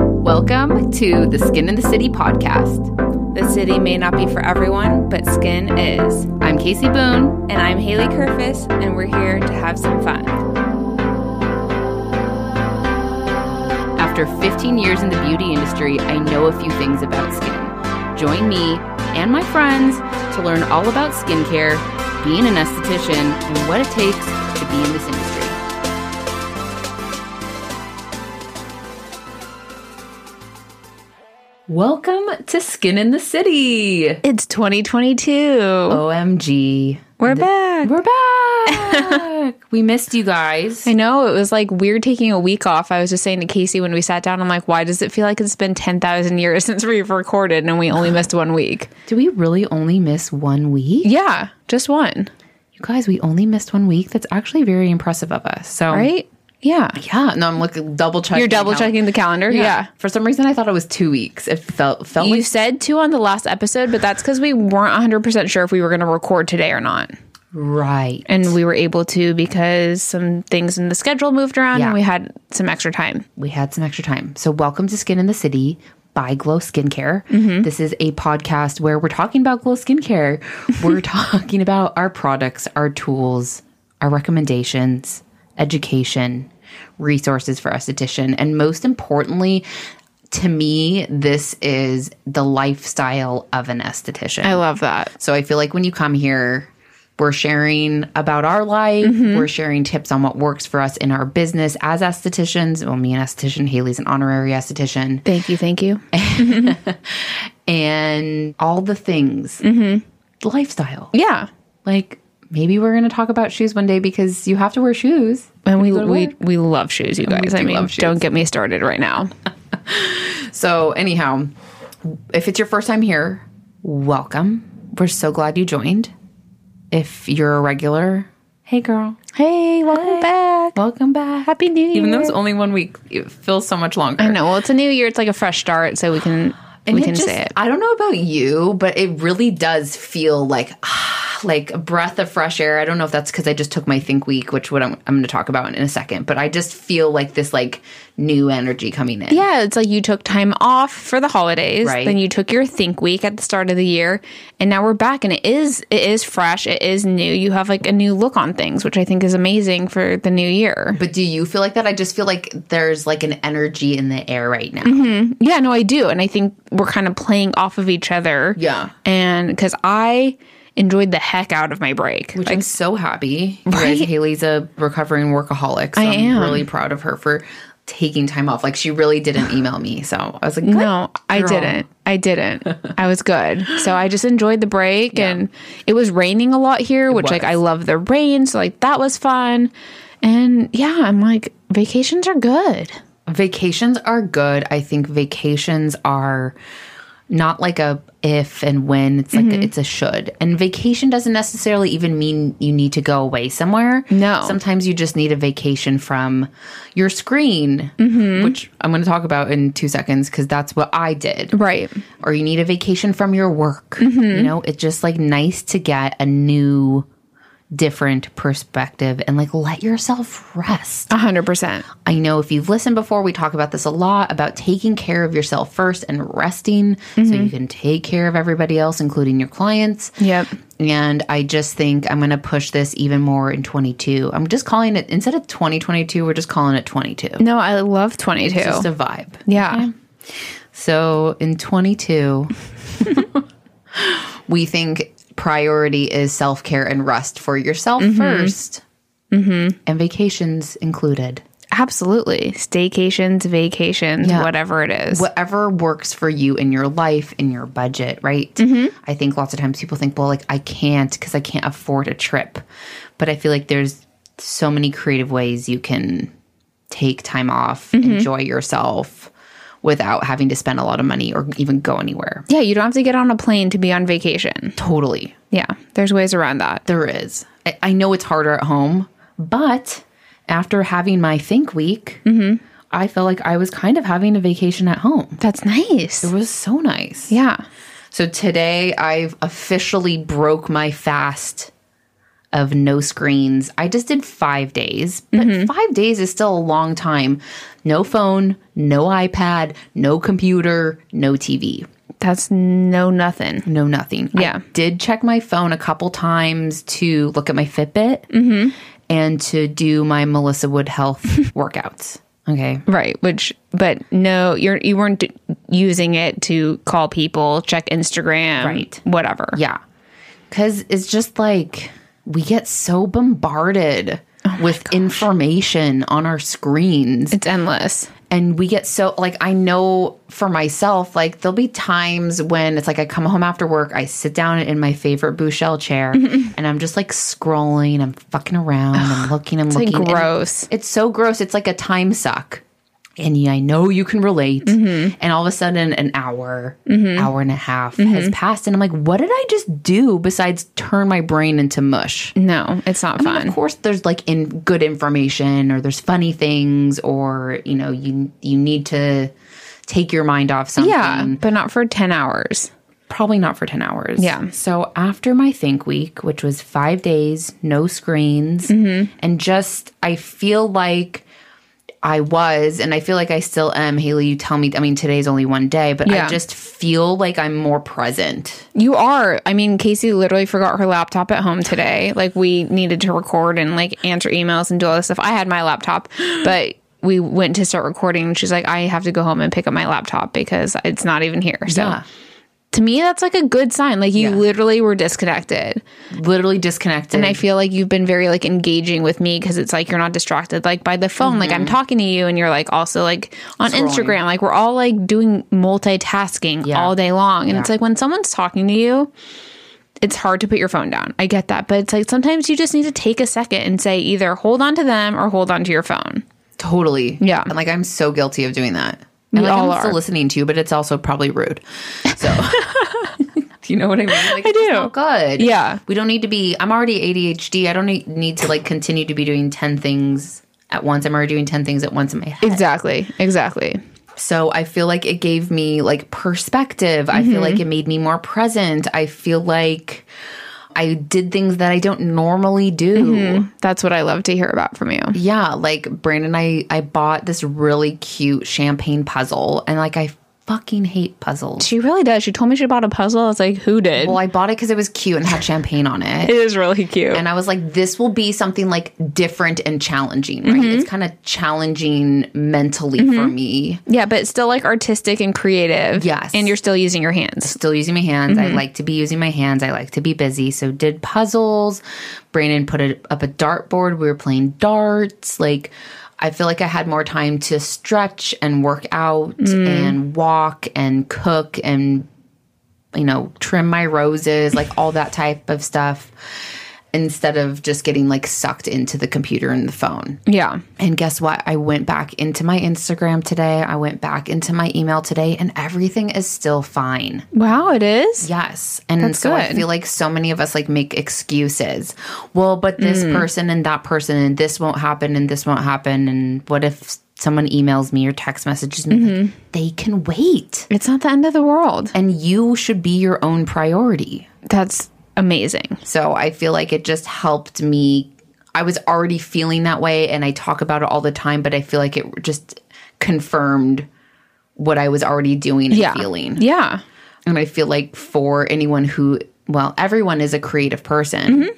Welcome to the Skin in the City podcast. The city may not be for everyone, but skin is. I'm Casey Boone. And I'm Haley Kerfis, and we're here to have some fun. After 15 years in the beauty industry, I know a few things about skin. Join me and my friends to learn all about skincare, being an esthetician, and what it takes to be in this industry. Welcome to Skin in the City. It's 2022. OMG. we're back. Oh, We're back. we missed you guys. I know it was like weird taking a week off. I was just saying to Casey when we sat down, I'm like, why does it feel like it's been 10,000 years since we've recorded and we only missed one week? Do we really only miss one week? Yeah, just one, You guys, we only missed one week. That's actually very impressive of us. So, right? Yeah. yeah. No, I'm looking double checking. You're double how- checking the calendar. Yeah. yeah. For some reason, I thought it was two weeks. It felt felt You like said two on the last episode, but that's because we weren't 100% sure if we were going to record today or not. right. And we were able to because some things in the schedule moved around Yeah. and we had some extra time. we had some extra time. So, welcome to Skin in the City by Glow Skincare. This is a podcast where we're talking about Glow Skincare. We're talking about our products, our tools, our recommendations, education, resources for esthetician, and most importantly, to me, this is the lifestyle of an esthetician. I love that. So I feel like when you come here, we're sharing about our life. We're sharing tips on what works for us in our business as estheticians. Well, me an esthetician, Haley's an honorary esthetician, Thank you. Thank you. and all the things, The lifestyle. Yeah. Like maybe we're going to talk about shoes one day because you have to wear shoes. And we go to we, work. we love shoes, you guys. I do mean, love shoes. don't get me started right now. So anyhow, if it's your first time here, welcome. We're so glad you joined. If you're a regular, hey girl, Hey, welcome back. welcome back. Happy New Year. Even though it's only one week, it feels so much longer. I know. Well, it's a new year. It's like a fresh start, so we can we it can just- say it. I don't know about you, but it really does feel like ah, like a breath of fresh air. I don't know if that's because I just took my think week, which what I'm, I'm going to talk about in, a second. But I just feel like this like new energy coming in. Yeah, it's like you took time off for the holidays, Right. then you took your think week at the start of the year, and now we're back and it is it is fresh, it is new. You have like a new look on things, which I think is amazing for the new year. But do you feel like that? I just feel like there's like an energy in the air right now. Yeah, no, I do. And I think we're kind of playing off of each other. Yeah. And cuz I enjoyed the heck out of my break. Which I'm so happy. You guys, Haley's a recovering workaholic. So I am. am really proud of her for taking time off. Like she really didn't email me. So I was like, good No, I girl. didn't. I didn't. I was good. So I just enjoyed the break and it was raining a lot here, which like was. I love the rain, so like that was fun. And yeah, I'm like vacations are good. Vacations are good. I think vacations are not like a if and when. It's like a, it's a should. And vacation doesn't necessarily even mean you need to go away somewhere. No. Sometimes you just need a vacation from your screen, which I'm going to talk about in 2 seconds cuz that's what I did. Right. Or you need a vacation from your work. You know, it's just like nice to get a new different perspective and like let yourself rest. A hundred percent. I know if you've listened before, we talk about this a lot about taking care of yourself first and resting so you can take care of everybody else, including your clients. Yep. And I just think I'm going to push this even more in 22. I'm just calling it, instead of 2022, we're just calling it 22. No, I love twenty two. Just a vibe. yeah. So in 22, we think priority is self care and rest for yourself 1st and vacations included. Absolutely. Staycations, vacations, Yeah. whatever it is. whatever works for you in your life in your budget right i think lots of times people think well like i can't because i can't afford a trip but i feel like there's so many creative ways you can take time off enjoy yourself without having to spend a lot of money or even go anywhere yeah, you don't have to get on a plane to be on vacation. totally Yeah. There's ways around that. there is i, I know it's harder at home but after having my think week i felt like i was kind of having a vacation at home That's nice. it was so nice Yeah. So today I've officially broke my fast of no screens. I just did five days, but five days is still a long time. No phone, no iPad, no computer, no TV That's no nothing. know nothing. Yeah. I did check my phone a couple times to look at my Fitbit and to do my Melissa Wood health workouts. Okay. Right, which but no, you're you weren't d- using it to call people, check Instagram, Right. whatever. Yeah. Cause it's just like we get so bombarded with information on our screens. It's endless. and we get so like i know for myself like there'll be times when it's like i come home after work i sit down in my favorite bouchelle chair and i'm just like scrolling i'm fucking around i'm looking i'm like, looking and gross. it's so gross it's like a time suck and yeah, i know you can relate Mm-hmm. and all of a sudden an hour hour and a half Mm-hmm. has passed and i'm like what did i just do besides turn my brain into mush No, it's not fun. of course there's like in good information or there's funny things or you know you you need to take your mind off something yeah, but not for 10 hours. probably not for 10 hours Yeah. so after my think week which was five days no screens Mm-hmm. and just i feel like I was, and I feel like I still am. Haley, you tell me. I mean, today's only one day, but Yeah. I just feel like I'm more present. You are. I mean, Casey literally forgot her laptop at home today. Like we needed to record and like answer emails and do all this stuff. I had my laptop, but we went to start recording and she's like, I have to go home and pick up my laptop because it's not even here. So Yeah. to me that's like a good sign. Like you literally were disconnected. Literally disconnected. And I feel like you've been very like engaging with me because it's like you're not distracted like by the phone. Like Mm-hmm. I'm talking to you and you're like also like on Instagram. Like we're all like doing multitasking Yeah. all day long. And it's like when someone's talking to you, it's hard to put your phone down. I get that. But it's like sometimes you just need to take a second and say either hold on to them or hold on to your phone. Totally. Yeah. And like I'm so guilty of doing that. And We like, all I'm still are. listening to you, but it's also probably rude. So Do you know what I mean? Like, I do. Not good. Yeah. We don't need to be I'm already ADHD. I don't need, need to like continue to be doing 10 things at once. I'm already doing 10 things at once in my head. Exactly. Exactly. So I feel like it gave me like perspective. I feel Mm-hmm. like it made me more present. I feel like I did things that I don't normally do. Mm-hmm. Mm. That's what I love to hear about from you. Yeah, like Brandon and I I bought this really cute champagne puzzle and like I fucking hate puzzles. She really does. She told me she bought a puzzle. I was like, who did? Well, I bought it cuz it was cute and had champagne on it. it is really cute. And I was like this will be something like different and challenging, right? It's kind of challenging mentally for me. Yeah, but it's still like artistic and creative. Yes. And you're still using your hands. Still using my hands. I like to be using my hands. I like to be busy. So did puzzles. Brandon put it up a dartboard. We were playing darts. Like I feel like I had more time to stretch and work out and walk and cook and you know, trim my roses, like all that type of stuff instead of just getting like sucked into the computer and the phone. Yeah. And guess what? I went back into my Instagram today. I went back into my email today and everything is still fine. Wow, it is? Yes. And so I good. feel like so many of us like make excuses. Well, but this Mm. person and that person and this won't happen and this won't happen and what if someone emails me or text messages me Mm-hmm. Like, they can wait. It's not the end of the world. And you should be your own priority. That's amazing. So I feel like it just helped me. I was already feeling that way and I talk about it all the time, but I feel like it just confirmed what I was already doing and Yeah. feeling. Yeah. And I feel like for anyone who, well, everyone is a creative person.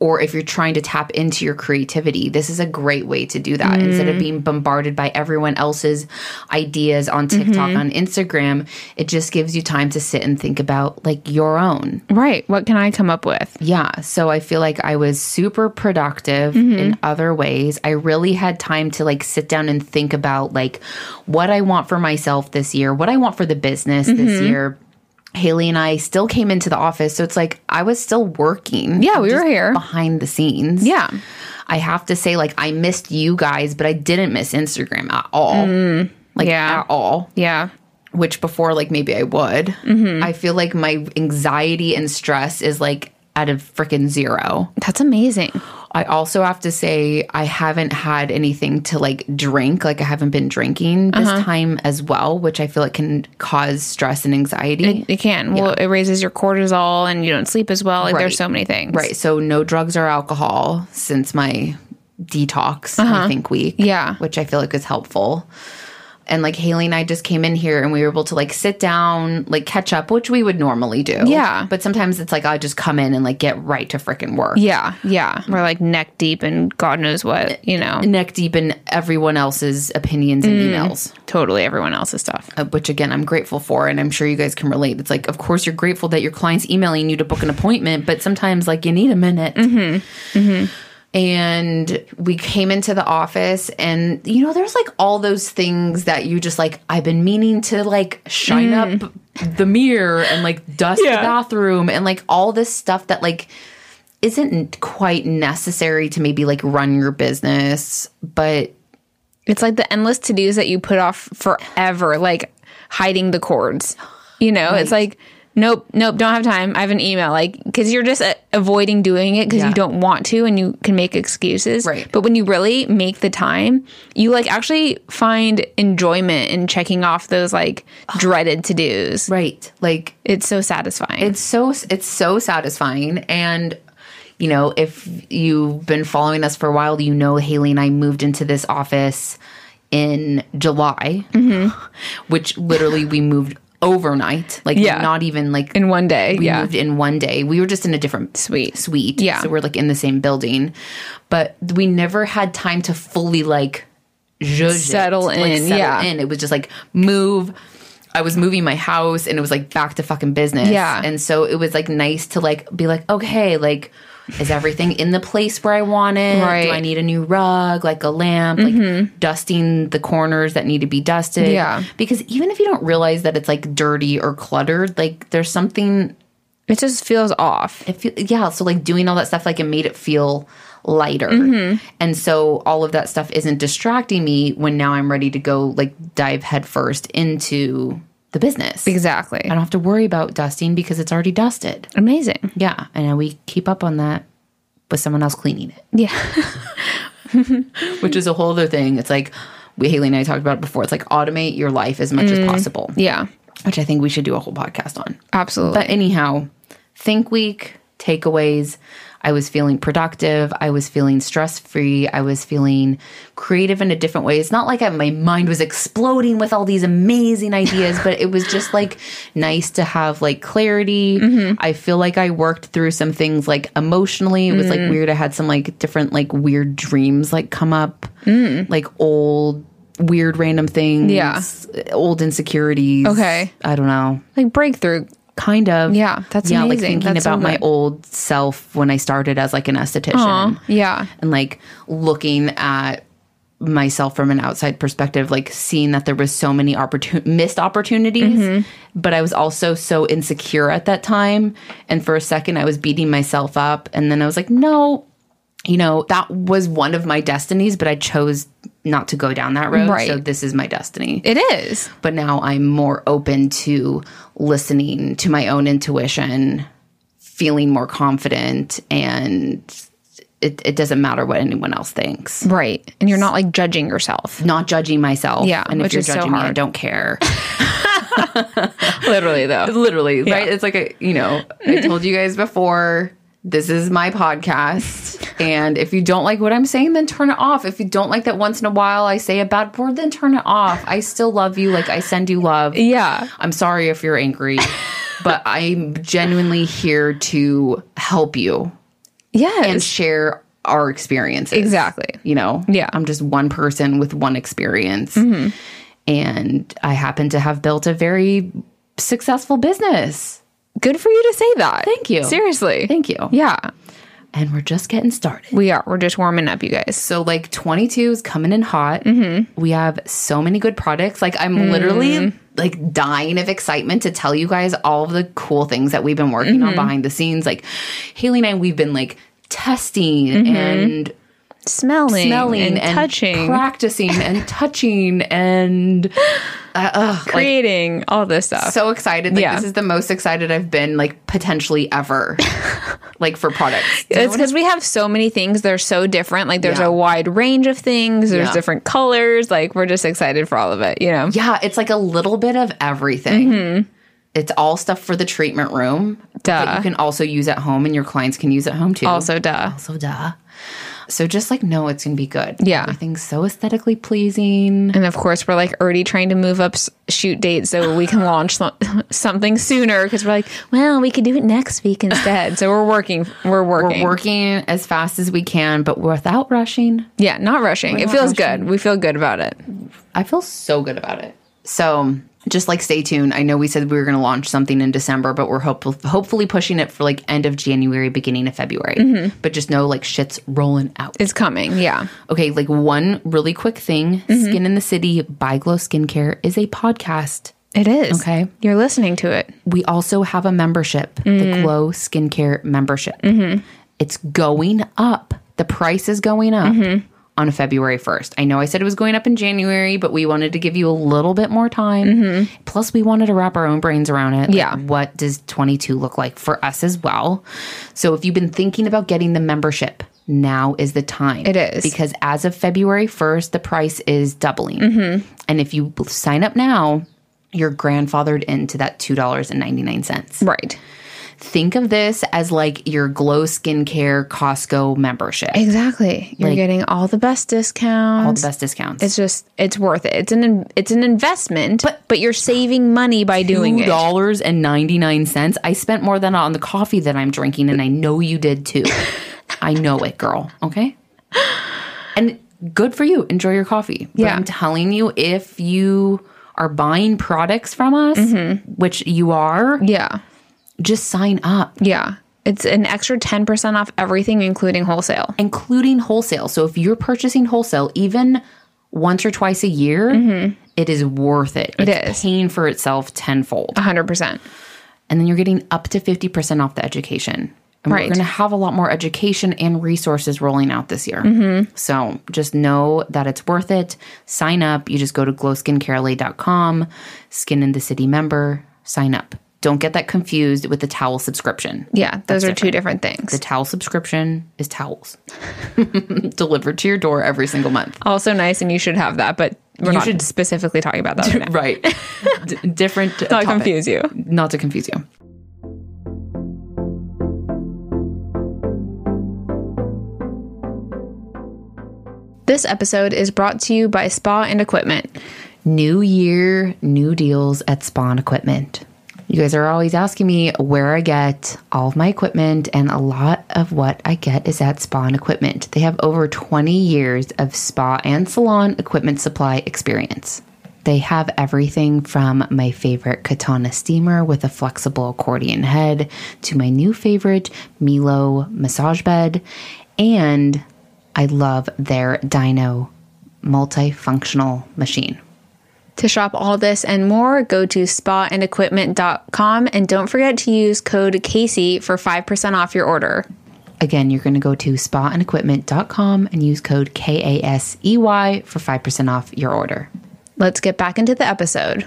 Or if you're trying to tap into your creativity, this is a great way to do that. Instead of being bombarded by everyone else's ideas on TikTok, on Instagram, it just gives you time to sit and think about like your own. Right. What can I come up with? Yeah. So I feel like I was super productive Mm-hmm. in other ways. I really had time to like sit down and think about like what I want for myself this year, what I want for the business this Mm-hmm. year. Haley and I still came into the office. So it's like I was still working. Yeah, we were just here. Behind the scenes. Yeah. I have to say, like, I missed you guys, but I didn't miss Instagram at all. Like, Mm, Yeah. at all Yeah. which before like maybe I would. I feel like my anxiety and stress is like at a freaking zero. That's amazing. I also have to say I haven't had anything to like drink. Like I haven't been drinking this time as well, which I feel like can cause stress and anxiety. It, it can. Well, it raises your cortisol and you don't sleep as well. Like Right. there's so many things. Right. So no drugs or alcohol since my detox, I think, week. Uh-huh. Yeah. Which I feel like is helpful. And like Haley and I just came in here and we were able to like sit down, like catch up, which we would normally do. Yeah. But sometimes it's like I just come in and like get right to freaking work. Yeah. Yeah. We're like neck deep and God knows what, you know, Neck deep in everyone else's opinions Mm. and emails. totally everyone else's stuff. uh, which again I'm grateful for, and I'm sure you guys can relate. It's like, of course, you're grateful that your client's emailing you to book an appointment, but sometimes like you need a minute. And we came into the office, and you know, there's like all those things that you just like. I've been meaning to like shine up the mirror and like dust Yeah. the bathroom and like all this stuff that like isn't quite necessary to maybe like run your business, but It's like the endless to dos that you put off forever, like hiding the cords. You know, it's like, nope, nope, don't have time. I have an email. Like, because you're just uh, avoiding doing it because Yeah. you don't want to and you can make excuses. Right. But when you really make the time, you like actually find enjoyment in checking off those like dreaded to dos. right, like It's so satisfying. it's so it's so satisfying and you know if you've been following us for a while you know haley and i moved into this office in july which literally we moved overnight like Yeah. not even like in one day. we yeah. moved in one day we were just in a different Suite. suite Yeah. so we're like in the same building but we never had time to fully like zhuzh it, Settle like, in, yeah. in. it was just like move I was moving my house and it was like back to fucking business. Yeah. And so it was like nice to like be like, okay, like, is everything in the place where I want it? Right. Mm-hmm. Do I need a new rug, like a lamp, like dusting the corners that need to be dusted? Yeah. Because even if you don't realize that it's like dirty or cluttered, like there's something It just feels off. it feel, yeah so like doing all that stuff like it made it feel lighter Mm-hmm. and so all of that stuff isn't distracting me when now i'm ready to go like dive headfirst into the business i Exactly. don't have to worry about dusting because it's already dusted Amazing. yeah and we keep up on that with someone else cleaning it Yeah. which is a whole other thing it's like we haley and i talked about it before it's like automate your life as much as possible Mm. Yeah. which i think we should do a whole podcast on Absolutely. But anyhow, think week, takeaways. I was feeling productive. I was feeling stress free. I was feeling creative in a different way. It's not like I, my mind was exploding with all these amazing ideas, but it was just like nice to have like clarity. Mm-hmm. I feel like I worked through some things like emotionally. It was Mm. like weird. I had some like different like weird dreams like come up, like old weird random things, Mm. Yeah. old insecurities. Okay. I don't know like breakthrough. kind of Yeah, that's like amazing. thinking That's so about my good. old self when i started as like an esthetician Yeah. and like looking at myself from an outside perspective like seeing that there was so many opportun- missed opportunities Mm-hmm. but i was also so insecure at that time and for a second i was beating myself up and then i was like no you know that was one of my destinies but i chose not to go down that road Right. so this is my destiny It is. but now I'm more open to listening to my own intuition, feeling more confident, and it, it doesn't matter what anyone else thinks. Right. And you're not like judging yourself. Not judging myself. Yeah, And if which you're is so judging me, I hard. don't care. Literally though. Literally, right? It's like, a, you know, I told you guys before. This is my podcast. And if you don't like what I'm saying, then turn it off. If you don't like that once in a while I say a bad word, then turn it off. I still love you. Like, I send you love. Yeah. I'm sorry if you're angry, but I'm genuinely here to help you Yes. and share our experiences. Exactly. You know? Yeah. Mm-hmm. I'm just one person with one experience. And I happen to have built a very successful business. Good for you to say that. Thank you. Seriously. Thank you. Yeah. And we're just getting started. We are. We're just warming up, you guys. So, like, 22 is coming in hot. Mm-hmm. We have so many good products. Like, I'm literally like dying of excitement to tell you guys all of the cool things that we've been Mm-hmm. Mm-hmm. working on behind the scenes. Like, Haley and I, we've been like testing and smelling, smelling and, touching, practicing and touching and uh, ugh, like, creating, all this stuff. so excited. Like Yeah. this is the most excited I've been like potentially ever, like for products. You know it's what I- because we have so many things that are so different. Like there's Yeah. a wide range of things. There's Yeah. different colors. Like we're just excited for all of it. You know. yeah, it's like a little bit of everything. It's all stuff for the treatment room that Mm-hmm. Duh. you can also use at home, and your clients can use at home too. Also, duh. also duh. So just like no, it's gonna be good. Yeah. everything's so aesthetically pleasing. And of course, we're like already trying to move up s- shoot dates so we can launch so- something sooner because we're like, well, we could do it next week instead. So we're working. We're working. We're working as fast as we can, but without rushing. yeah, not rushing. it not feels rushing. good. We feel good about it. I feel so good about it. So just like stay tuned. I know we said we were going to launch something in December, but we're hopeful, hopefully pushing it for like end of January, beginning of February. But just know like shit's rolling out. It's coming. Yeah. Okay, like one really quick thing Skin in the City by Glow Skincare is a podcast. It is. Okay. You're listening to it. We also have a membership, the Mm. Glow Skincare membership. Mm-hmm. It's going up. The price is going up Mm-hmm. on February 1st. I know I said it was going up in January, but we wanted to give you a little bit more time. Plus, we wanted to wrap our own brains around it. Like, Mm-hmm. Yeah. what does 22 look like for us as well? So, if you've been thinking about getting the membership, now is the time. It is. Because as of February 1st, the price is doubling. Mm-hmm. And if you b- sign up now, you're grandfathered into that $2.99. Right. Think of this as like your Glow Skincare Costco membership. Exactly. You're getting all the best discounts. All the best discounts. it's just it's worth it. It's an in- it's an investment, but, but you're saving money by doing two it. dollars and ninety nine cents. I spent more than that on the coffee that I'm drinking, and I know you did too. I know it, girl. Okay. And good for you. Enjoy your coffee. But Yeah. I'm telling you, if you are buying products from us, Mm-hmm. which you are, Yeah. just sign up, Yeah. It's an extra 10% off everything including wholesale. including wholesale. So if you're purchasing wholesale, even once or twice a year, it is worth it. it's Mm-hmm. is. paying for itself tenfold. 100%. and then you're getting up to 50% off the education. And Right. we're going to have a lot more education and resources rolling out this year. Mm-hmm. So just know that it's worth it. Sign up. You just go to glowskincarelay.com, skin in the city member, sign up. Don't get that confused with the towel subscription. Yeah, those are two different things. The towel subscription is towels delivered to your door every single month. also nice and you should have that, but we're not should- specifically talking about that right now. Right. D- different. Not topic. confuse you. Not to confuse you. This episode is brought to you by Spa and Equipment. New year, new deals at Spawn Equipment. You guys are always asking me where I get all of my equipment, and a lot of what I get is at Spawn Equipment. They have over 20 years of spa and salon equipment supply experience. They have everything from my favorite Katana steamer with a flexible accordion head to my new favorite Milo massage bed. And I love their Dyno multifunctional machine. To shop all this and more, go to spaandequipment.com and don't forget to use code Casey for 5% off your order. Again, you're going to go to spaandequipment.com and use code KASEY E for 5% off your order. Let's get back into the episode.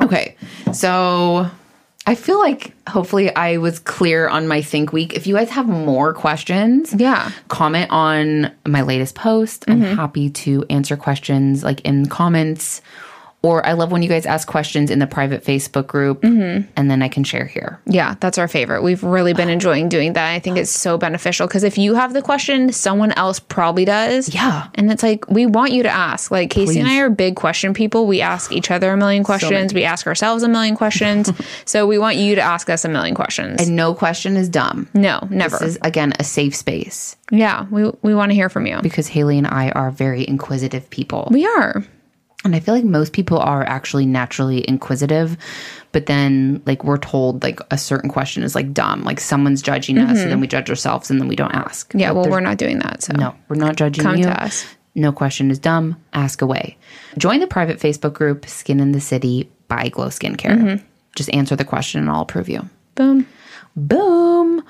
Okay. So I feel like hopefully I was clear on my think week. If you guys have more questions, Yeah. comment on my latest post. I'm happy to answer questions like in comments. Or I love when you guys ask questions in the private Facebook group and then I can share here. Yeah, that's our favorite. We've really been enjoying doing that. I think it's so beneficial because if you have the question, someone else probably does. Yeah. And it's like, we want you to ask. Like, Casey and I are big question people. We ask each other a million questions, we ask ourselves a million questions. so we want you to ask us a million questions. And no question is dumb. no, never. This is, again, a safe space. yeah, we, we want to hear from you. because Haley and I are very inquisitive people. We are. And I feel like most people are actually naturally inquisitive, but then like we're told like a certain question is like dumb, like someone's judging us and then we judge ourselves and then we don't ask. Yeah, well, we're not doing that. So, No, we're not judging Come you. to us. No question is dumb. Ask away. Join the private Facebook group Skin in the City by Glow Skincare. Just answer the question and I'll approve you. Mm-hmm. Boom. Boom.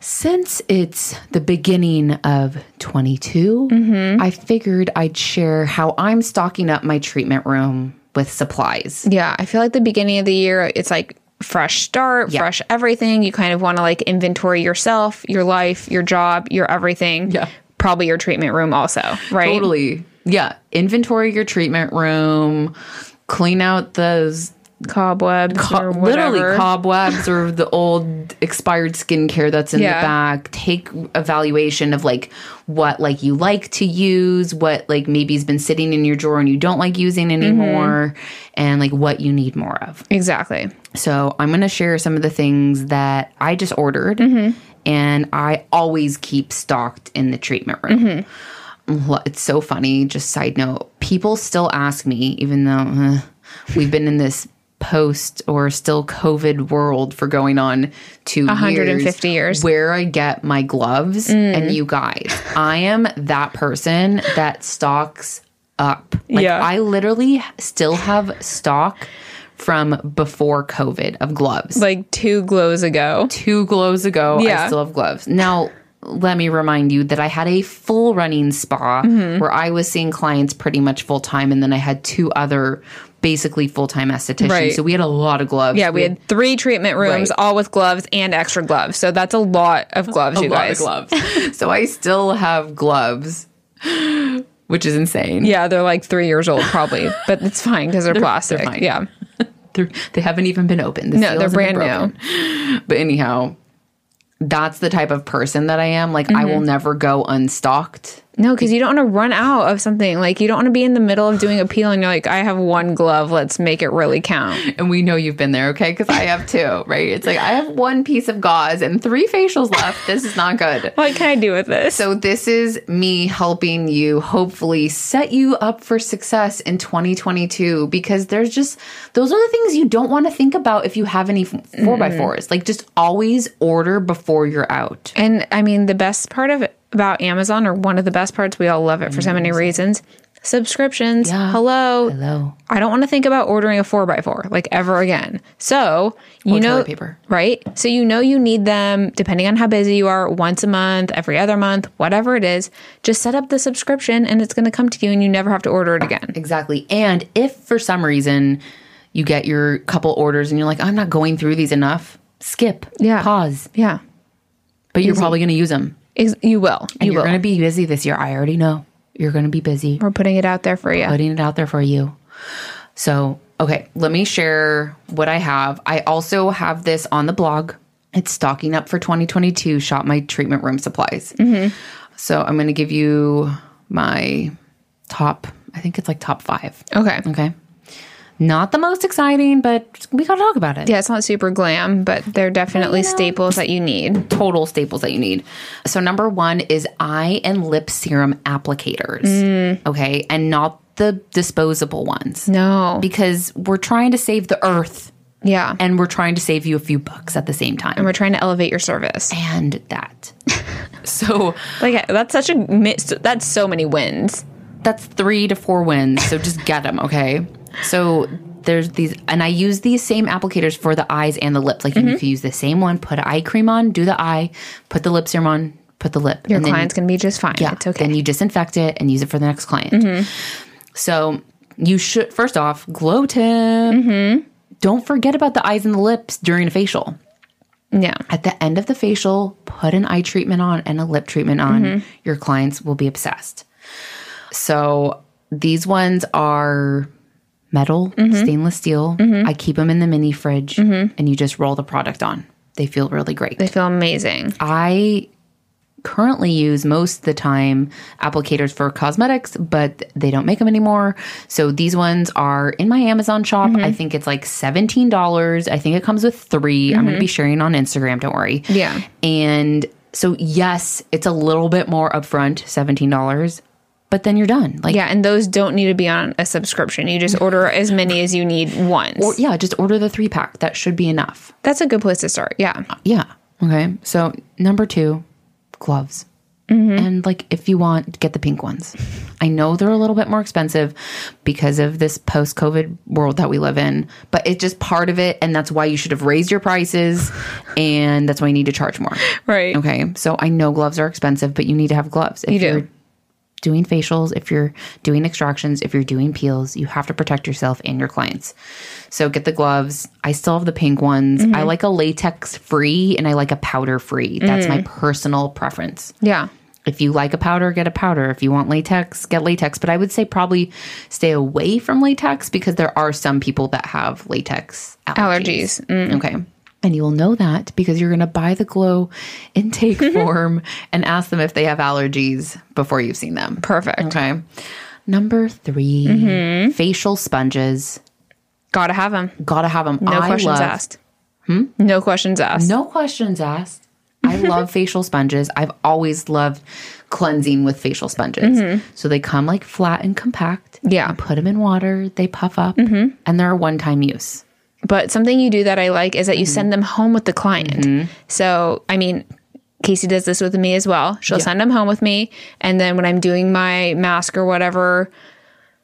Since it's the beginning of 22, Mm-hmm. I figured I'd share how I'm stocking up my treatment room with supplies. Yeah, I feel like the beginning of the year, it's like fresh start, fresh everything. You kind of want to like inventory yourself, your life, your job, your everything. Yeah. Probably your treatment room also, right? Totally. Yeah. Inventory your treatment room, clean out those Cobwebs or whatever. literally cobwebs or the old expired skincare that's in Yeah. the back. Take evaluation of like what like you like to use, what like maybe has been sitting in your drawer and you don't like using Mm-hmm. anymore, and like what you need more of. exactly. So I'm gonna share some of the things that I just ordered Mm-hmm. and I always keep stocked in the treatment room. Mm-hmm. Lo- It's so funny, just side note, people still ask me, even though uh, we've been in this post or still COVID world for going on two 150 years. Mm. where I get my gloves and you guys. I am that person that stocks up. Like Yeah. I literally still have stock from before COVID of gloves. Like two glows ago. Two gloves ago, I Yeah. still have gloves. Now let me remind you that I had a full running spa Mm-hmm. where I was seeing clients pretty much full time, and then I had two other basically full time estheticians. Right. So we had a lot of gloves. Yeah, we had three treatment rooms, Right. all with gloves and extra gloves. So that's a lot of gloves, you guys. gloves. so I still have gloves, which is insane. Yeah, they're like three years old probably, but it's fine because they're, plastic. fine. Yeah, They're, they haven't even been opened. The No, seal they're hasn't been brand broken. But anyhow, that's the type of person that I am. Like I will Mm-hmm. never go unstocked. no, because you don't want to run out of something. Like you don't want to be in the middle of doing a peel and you're like, I have one glove. Let's make it really count. And we know you've been there, okay? Because I have two, right? It's like I have one piece of gauze and three facials left. This is not good. What can I do with this? So this is me helping you hopefully set you up for success in 2022 because there's just those are the things you don't want to think about if you have any Mm-hmm. 4x4s. Like just always order before you're out. And I mean, the best part of about Amazon, or one of the best parts, we all love it for so many reasons. Subscriptions. Yeah. Hello. Hello. I don't want to think about ordering a four by four like ever again. So you Or know, toilet paper. right? So you know you need them depending on how busy you are. Once a month, every other month, whatever it is. Just set up the subscription, and it's going to come to you, and you never have to order it again. Exactly. And if for some reason you get your couple orders and you're like, I'm not going through these enough, skip. Yeah. Pause. Yeah, But you're probably going to use them. Ex- you will. You You are will. going to be busy this year. I already know. You're going to be busy. We're putting it out there for you. putting it out there for you. So, okay, let me share what I have. I also have this on the blog. It's stocking up for 2022. Shop my treatment room supplies. Mm-hmm. So, I'm going to give you my top, I think it's like top five. Okay. Oh, Okay. Not the most exciting, but we got to talk about it. Yeah, it's not super glam, but they're definitely staples that you need. Total staples that you need. So, number one is eye and lip serum applicators. Okay. And not the disposable ones. No. because we're trying to save the earth yeah. and we're trying to save you a few bucks at the same time. and we're trying to elevate your service. And that. so Like that's such a mi- that's so many wins. that's three to four wins. So just get them, okay? So there's these, and I use these same applicators for the eyes and the lips. Like Mm-hmm. you can use the same one, put eye cream on, do the eye, put the lip serum on, put the lip. Your and then- client's gonna be just fine. it's okay. Mm-hmm. Then you disinfect it and use it for the next client. So you should first off glow tip. Mm-hmm. Don't forget about the eyes and the lips during a facial. Yeah. At the end of the facial, put an eye treatment on and a lip treatment on. Your clients will be obsessed. So these ones are metal, stainless steel. I keep them in the mini fridge and you just roll the product on. They feel really great. They feel amazing. Oh. I currently use most of the time applicators for cosmetics, but they don't make them anymore. So these ones are in my Amazon shop. I think it's like $17. I think it comes with 3 i I'm going to be sharing on Instagram. Don't worry. Yeah. And so, yes, it's a little bit more upfront, $17, but then you're done. Like, Yeah, and those don't need to be on a subscription. You just order as many as you need once. yeah, just order the three pack. That should be enough. Oh, That's a good place to start. Yeah. Yeah. Okay. So number two, gloves. And like, if you want, get the pink ones. I know they're a little bit more expensive because of this post COVID world that we live in, but it's just part of it. And that's why you should have raised your prices. And that's why you need to charge more. Right. Okay. So I know gloves are expensive, but you need to have gloves. If You do. are doing facials, if you're doing extractions, if you're doing peels, you have to protect yourself and your clients. So get the gloves. I still have the pink ones. Mm-hmm. I like a latex free and I like a powder free. That's Mm. my personal preference. Yeah. If you like a powder, get a powder. If you want latex, get latex. But I would say probably stay away from latex because there are some people that have latex allergies. Allergies. Okay. And you'll know that because you're going to buy the glow intake form and ask them if they have allergies before you've seen them. Perfect. Okay. Number 3 Mm-hmm. facial sponges. Gotta have them. Gotta have them. No questions asked. Hmm? No questions asked. No questions asked. I love facial sponges. I've always loved cleansing with facial sponges. So they come like flat and compact. Mm-hmm. Yeah. Mm-hmm. You put them in water, they puff up, and they're a one time use. But something you do that I like is that you send them home with the client. So, I mean, Casey does this with me as well. She'll send them home with me. And then when I'm doing my mask or whatever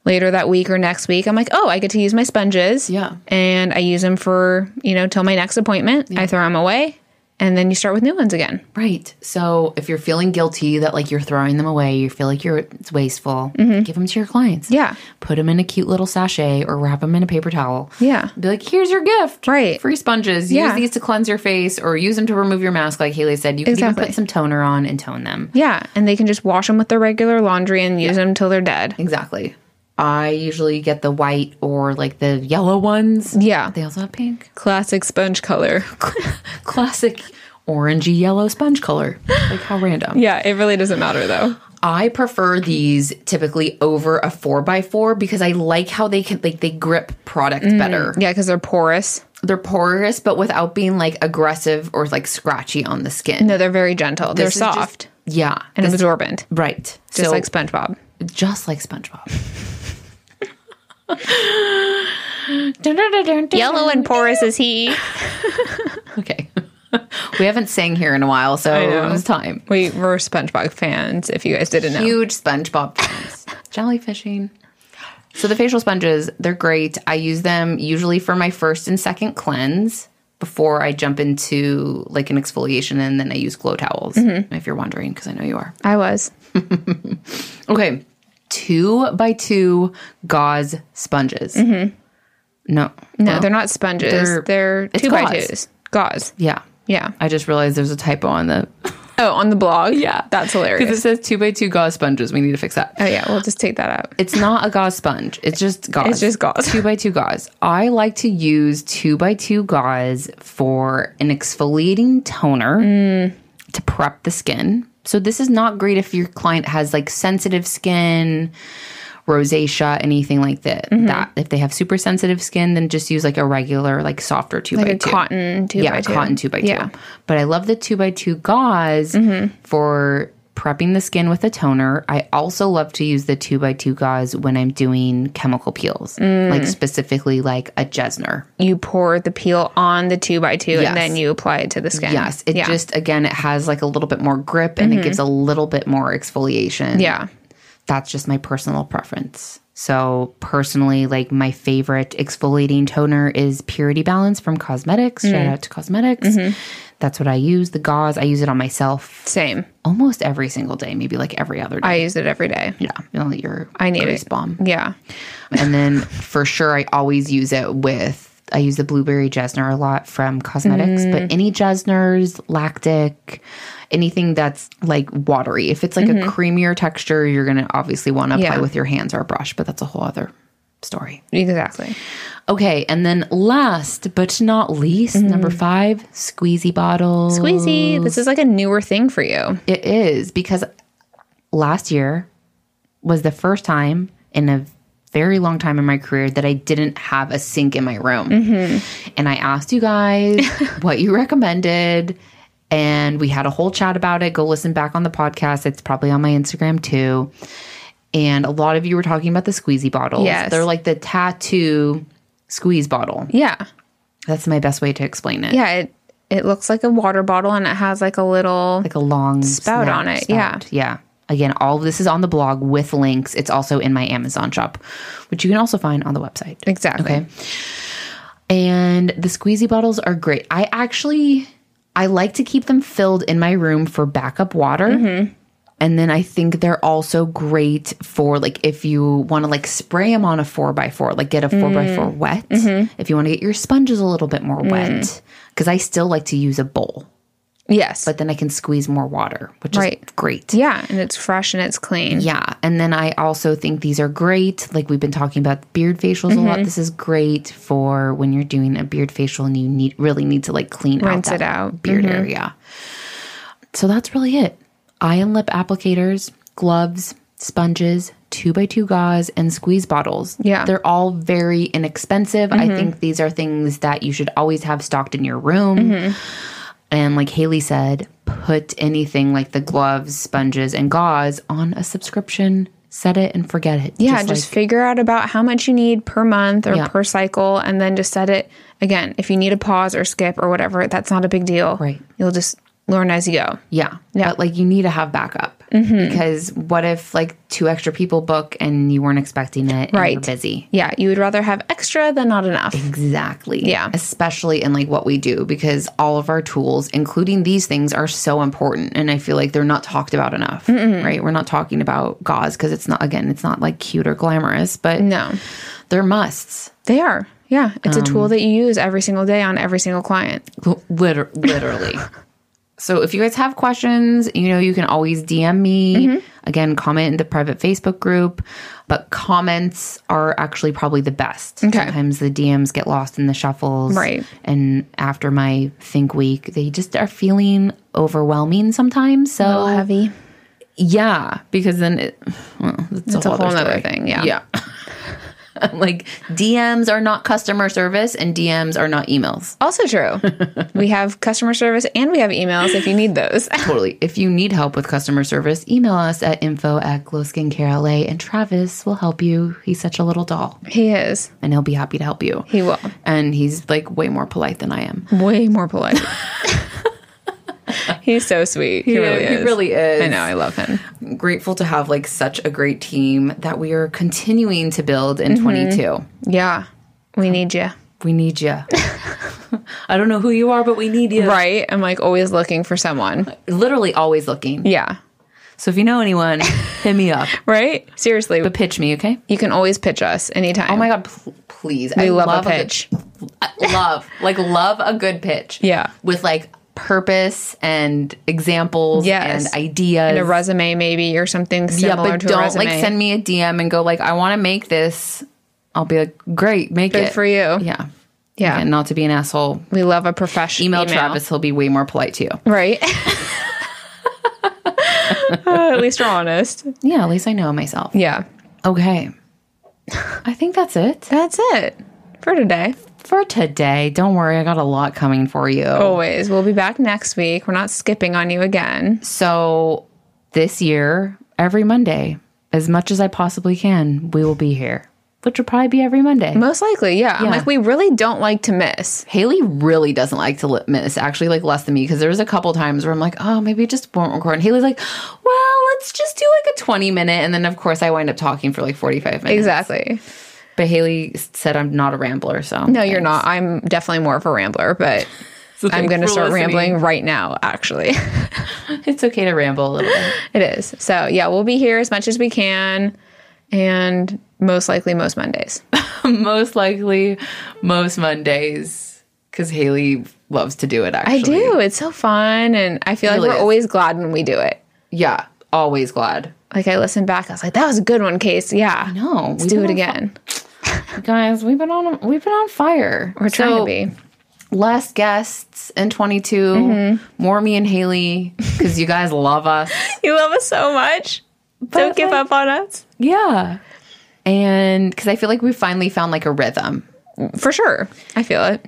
later that week or next week, I'm like, oh, I get to use my sponges. Yeah. And I use them for, you know, till my next appointment. I throw them away. And then you start with new ones again. Right. So if you're feeling guilty that like you're throwing them away, you feel like you're it's wasteful, give them to your clients. Mm-hmm. Yeah. Put them in a cute little sachet or wrap them in a paper towel. Yeah. Be like, here's your gift. Right. Free sponges. Yeah. Use these to cleanse your face or use them to remove your mask. Like Haley said, you can Exactly. even put some toner on and tone them. Yeah. And they can just wash them with their regular laundry and use them till they're dead. Exactly. I usually get the white or like the yellow ones. Yeah. They also have pink. Classic sponge color. Classic orangey yellow sponge color. Like how random. yeah. It really doesn't matter though. I prefer these typically over a four by four because I like how they can like they grip product Mm. better. Yeah. Cause they're porous. They're porous but without being like aggressive or like scratchy on the skin. No, they're very gentle. They're This is just- soft yeah. and This- absorbent, right. just so like SpongeBob. just like SpongeBob. Yellow and porous is he. Okay. we haven't sang here in a while, so know. it was time. Wait, we're SpongeBob fans. If you guys didn't know, huge SpongeBob fans. Jellyfishing. So the facial sponges, they're great. I use them usually for my first and second cleanse before I jump into like an exfoliation and then I use glow towels. If you're wondering, because I know you are. I was. Okay. Two by two gauze sponges. Mm-hmm. No. No, they're not sponges. They're, they're- it's two by gauze. twos, gauze. Yeah. Yeah. I just realized there's a typo on the Oh, on the blog. Yeah, that's because hilarious. it says two by two gauze sponges. We need to fix that. Oh yeah, we'll just take that out. It's not a gauze sponge. It's just gauze. It's just gauze. Two by two gauze. I like to use two by two gauze for an exfoliating toner Mm. to prep the skin. So this is not great if your client has like sensitive skin, rosacea, anything like that. Mm-hmm. That if they have super sensitive skin, then just use like a regular, like softer two by Like a two. cotton two yeah, by two. cotton two by two. Yeah. Mm-hmm. But I love the two by two gauze for prepping the skin with a toner. I also love to use the two by two gauze when I'm doing chemical peels, Mm. like specifically like a Jesner. You pour the peel on the two by two, Yes. and then you apply it to the skin. Yes, it yeah. Mm-hmm. just again it has like a little bit more grip and it gives a little bit more exfoliation. yeah. that's just my personal preference. So, personally, like my favorite exfoliating toner is Purity Balance from Cosmetics. Shout Mm. out to Cosmetics. Mm-hmm. That's what I use. The gauze, I use it on myself Same. almost every single day, maybe like every other day. I use it every day. yeah, you know, your I need grease it. bomb. Yeah. and then for sure, I always use it with. I use the blueberry Jesner a lot from Cosmetics, Mm. but any Jesners, lactic, anything that's like watery. If it's like a creamier texture, you're going to obviously want to apply Mm-hmm. Yeah. with your hands or a brush, but that's a whole other story. Exactly. Okay, and then last but not least, Mm-hmm. number five, squeezy bottles. Squeezy. This is like a newer thing for you. It is because last year was the first time in a very long time in my career that I didn't have a sink in my room. And I asked you guys what you recommended. And we had a whole chat about it. Go listen back on the podcast. It's probably on my Instagram too. And a lot of you were talking about the squeezy bottles. Yes. They're like the tattoo squeeze bottle. Yeah. That's my best way to explain it. Yeah, it It looks like a water bottle and it has like a little like a long Spout snap on it, yeah. Yeah. Again, all of this is on the blog with links. It's also in my Amazon shop, which you can also find on the website. exactly. Okay. And the squeezy bottles are great. I actually I like to keep them filled in my room for backup water. Mm-hmm. And then I think they're also great for like if you want to like spray them on a four by four, like get a four by Mm. four wet. Mm-hmm. If you want to get your sponges a little bit more Mm. wet, because I still like to use a bowl, Yes. but then I can squeeze more water, which is Right. great. yeah, and it's fresh and it's clean. Yeah. And then I also think these are great. Like we've been talking about beard facials a lot. Mm-hmm. This is great for when you're doing a beard facial and you need really need to like clean Rinse out it that out. Mm-hmm. beard area. So that's really it. Eye and lip applicators, gloves, sponges, two by two gauze, and squeeze bottles. Yeah. Mm-hmm. They're all very inexpensive. I think these are things that you should always have stocked in your room. Mm-hmm. And like Haley said, put anything like the gloves, sponges, and gauze on a subscription. Set it and forget it. Yeah, just, figure out about how much you need per month or Yeah. per cycle and then just set it again. If you need a pause or skip or whatever, that's not a big deal. Right. You'll just learn as you go. Yeah. But like you need to have backup Mm-hmm. because what if like two extra people book and you weren't expecting it and you're Right. busy? Yeah, you would rather have extra than not enough. Exactly. Yeah. Especially in like what we do because all of our tools, including these things, are so important. And I feel like they're not talked about enough, right? We're not talking about gauze because it's not, again, it's not like cute or glamorous, but No. they're musts. They are. Yeah, it's a Um, tool that you use every single day on every single client. Liter- literally. so if you guys have questions, you know, you can always DM me. Mm-hmm. Again, comment in the private Facebook group, but comments are actually probably the best. Okay. Sometimes the DMs get lost in the shuffles. Right. And after my think week, they just are feeling overwhelming sometimes. So Oh, heavy. yeah, because then it, well, it's, It's a whole other other story. thing. Yeah. Yeah. like DMs are not customer service and DMs are not emails. Also true. we have customer service and we have emails if you need those. Totally. If you need help with customer service, email us at info at glow skincare LA and Travis will help you. He's such a little doll he is. and he'll be happy to help you. He will. And he's like way more polite than I am. Way more polite. He's so sweet. He, really is. He really is. I know. I love him. Grateful to have like such a great team that we are continuing to build in 22. Yeah. We need you. We need you. I don't know who you are, but we need you. Right? I'm like always looking for someone. Literally always looking. Yeah. So if you know anyone, hit me up. Right? Seriously. But pitch me, okay? you can always pitch us anytime. Oh my god, pl- please. we I love, a good- pitch. I love like love a good pitch Yeah. with like purpose and examples Yes. and ideas a resume maybe or something yeah similar but to a don't resume. like send me a dm and go like i want to make this i'll be like great make Good it for you. yeah Yeah. and not to be an asshole We love a professional email, travis he'll be way more polite to you Right. Uh, at least we're honest. yeah at least i know myself Yeah. okay i think that's it That's it for today. for today don't worry i got a lot coming for you Always. We'll be back next week. We're not skipping on you again. So this year, every Monday, as much as I possibly can, we will be here, which will probably be every Monday. Most likely, yeah. Yeah. I'm like, we really don't like to miss. Haley really doesn't like to li- miss, actually, like less than me, because there was a couple times where I'm like, oh, maybe it just won't record. And Haley's like, well, let's just do like a 20 minute. And then, of course, I wind up talking for like 45 minutes. Exactly. But Haley s- said I'm not a rambler. So, No, you're not. I'm definitely more of a rambler, but I'm thanks going to for start listening. rambling right now, actually. it's okay to ramble a little bit. it is. So, yeah, we'll be here as much as we can and most likely most Mondays. most likely, most Mondays, because Haley loves to do it, actually. I do. It's so fun. And I feel like really we're is. always glad when we do it. Yeah. Always glad. Like, I listened back. I was like, that was a good one, Case. Yeah. No, Let's do it again. guys. We've been on we've been on fire. We're trying to be. less guests in 22. Mm-hmm. More me and Haley because you guys love us. You love us so much. Don't give up on us. Yeah, and because I feel like we finally found like a rhythm. For sure. I feel it.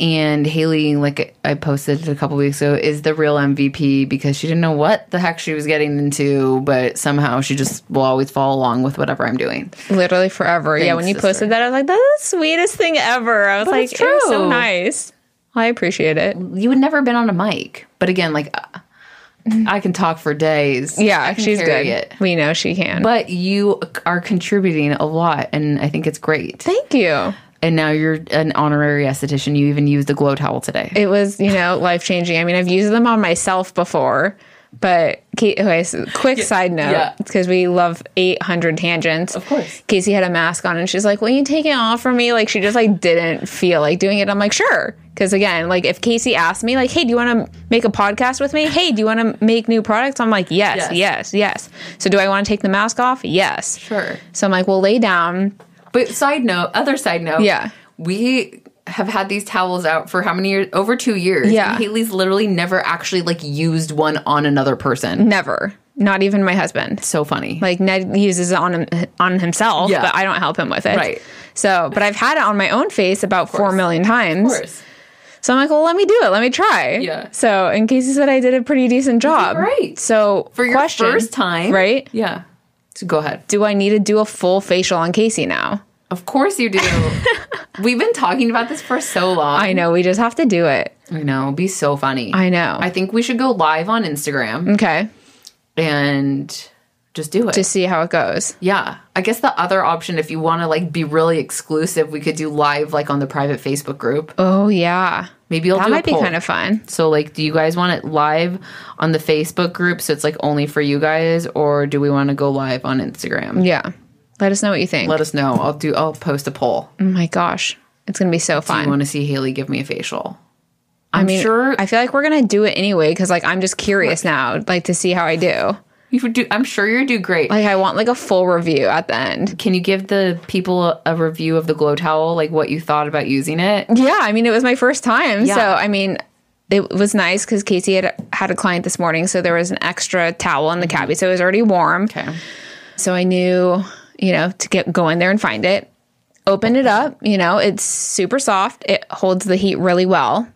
And Haley, like I posted a couple weeks ago, is the real MVP because she didn't know what the heck she was getting into, but somehow she just will always follow along with whatever I'm doing. Literally forever. yeah, when you sister. posted that, I was like, that's the sweetest thing ever. I was But like, it's it was so true. nice. I appreciate it. You would never been on a mic, but again, like uh, I can talk for days. I Yeah, can she's carry good. it. We know she can. But you are contributing a lot, and I think it's great. thank you. And now you're an honorary esthetician. You even used the glow towel today. It was, you know, life changing. I mean, I've used them on myself before, but Kate, okay, so quick side yeah. note because we love 800 tangents. Of course. Casey had a mask on and she's like, Will you take it off for me? Like, she just like didn't feel like doing it. I'm like, Sure. Because again, like if Casey asked me, like, Hey, do you want to make a podcast with me? Hey, do you want to make new products? I'm like, Yes, yes, yes. So do I want to take the mask off? Yes. Sure. So I'm like, Well, lay down. But side note, other side note. Yeah. We have had these towels out for how many years? Over two years. Yeah. And Haley's literally never actually like used one on another person. Never. Not even my husband. So funny. like Ned uses it on him, on himself, Yeah. but I don't help him with it. Right. So, but I've had it on my own face about four million times. of course. So I'm like, well, let me do it. Let me try. Yeah. So, and Casey said I did a pretty decent job. great. So, For your question, first time. right? Yeah. So go ahead. Do I need to do a full facial on Casey now? Of course you do. We've been talking about this for so long. I know we just have to do it. I know. It'd Be so funny. I know. I think we should go live on Instagram okay. and just do it. To see how it goes. Yeah. I guess the other option, if you want to like be really exclusive, we could do live like on the private Facebook group. Oh yeah. Maybe I'll That do might a be poll. kind of fun. So like, do you guys want it live on the Facebook group? So it's like only for you guys, or do we want to go live on Instagram? Yeah. Let us know what you think. Let us know. I'll do. I'll post a poll. oh my gosh. It's going to be so I fun. want to see Haley give me a facial. I'm I mean, sure I feel like we're gonna do it anyway because like I'm just curious now, like to see how I do. you would do. I'm sure you do great. Like I want like a full review at the end. Can you give the people a review of the glow towel? Like what you thought about using it? Yeah, I mean it was my first time, so Yeah. I mean it was nice because Casey had had a client this morning, so there was an extra towel in the cabbie, so it was already warm. Mm-hmm. Okay. So I knew, you know, to get go in there and find it. Open it up, you know, it's super soft. It holds the heat really well.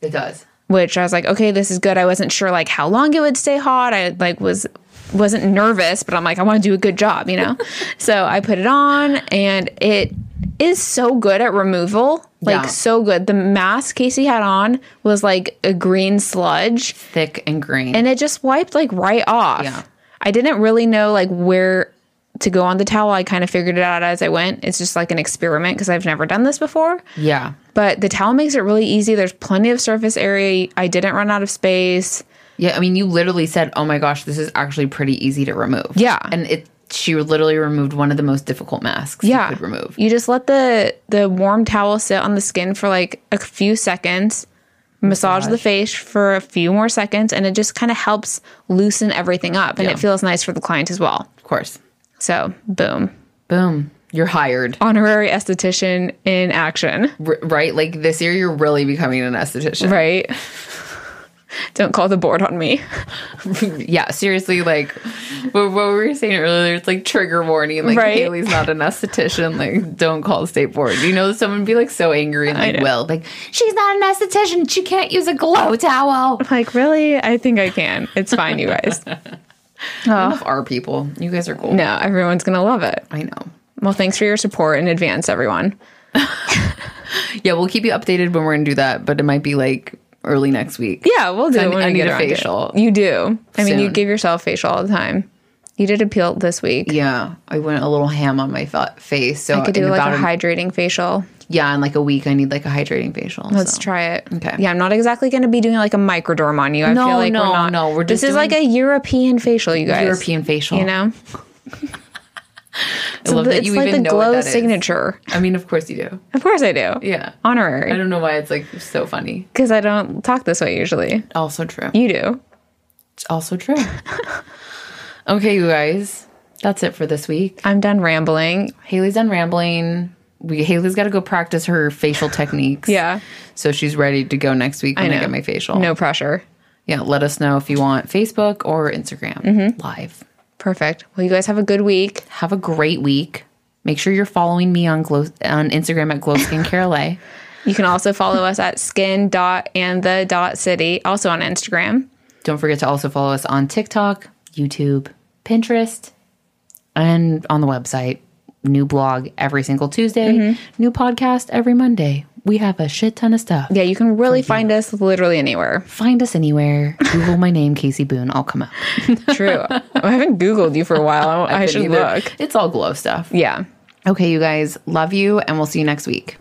It does. which I was like, okay, this is good. I wasn't sure like how long it would stay hot. I like was wasn't nervous, but I'm like, I want to do a good job, you know. so I put it on, and it is so good at removal, like Yeah. so good. The mask Casey had on was like a green sludge, Thick and green. and it just wiped like right off. Yeah. I didn't really know like where to go on the towel. I kind of figured it out as I went. It's just like an experiment because I've never done this before yeah. but the towel makes it really easy. There's plenty of surface area. I didn't run out of space. Yeah, I mean, you literally said, "Oh my gosh, this is actually pretty easy to remove." Yeah. and it she literally removed one of the most difficult masks Yeah, you could remove. You just let the the warm towel sit on the skin for like a few seconds, massage, the face for a few more seconds, and it just kind of helps loosen everything up, and it feels nice for the client as well. Of course, So, boom, boom, you're hired. honorary esthetician in action, R- right, like this year, you're really becoming an esthetician. right? Don't call the board on me. yeah, seriously, like what, what we were saying earlier, it's like trigger warning. Like Right. Haley's not an esthetician. Like, don't call state board. You know, someone would be like so angry and like, know. "Well, like she's not an esthetician. She can't use a glow towel." Like, really? I think I can. It's fine, you guys. Oh, Of our people, you guys are cool. no, everyone's going to love it. I know. Well, thanks for your support in advance, everyone. Yeah, we'll keep you updated when we're gonna do that, but it might be like early next week. Yeah, we'll do. I- it when I we need get a around to it. facial You do. I mean, you soon. give yourself facial all the time. You did a peel this week. Yeah, I went a little ham on my fa- face. So I could in do like about a a- hydrating facial. yeah, in like a week, I need like a hydrating facial. Let's so. try it. Okay. Yeah, I'm not exactly going to be doing like a microderm on you. I No, feel like no, we're not. no, we're just this is like a European facial, you guys. European facial. You know, I love that it's you like even the know what glow that is. signature. I mean, of course you do. Of course, I do. Yeah, I Honorary, don't know why it's like so funny. because I don't talk this way usually. Also true. You do. It's also true. okay, you guys, that's it for this week. I'm done rambling. Haley's done rambling. We Haley's got to go practice her facial techniques. Yeah. so she's ready to go next week when I, know. get my facial. No pressure. yeah, let us know if you want Facebook or Instagram Mm-hmm. live. Perfect. Well, you guys have a good week. Have a great week. Make sure you're following me on Glow on Instagram at Glow Skincare LA. You can also follow us at skin dot and the dot city, also on Instagram. Don't forget to also follow us on TikTok, YouTube, Pinterest, Mm-hmm. and on the website. New blog every single Tuesday, new podcast every Monday. We have a shit ton of stuff. Yeah, you can really find us literally anywhere. Find us anywhere. Google my name, Casey Boone. I'll come up. True. I haven't Googled you for a while. I, I should Either- look. It's all glow stuff. Yeah. Okay, you guys, love you, and we'll see you next week.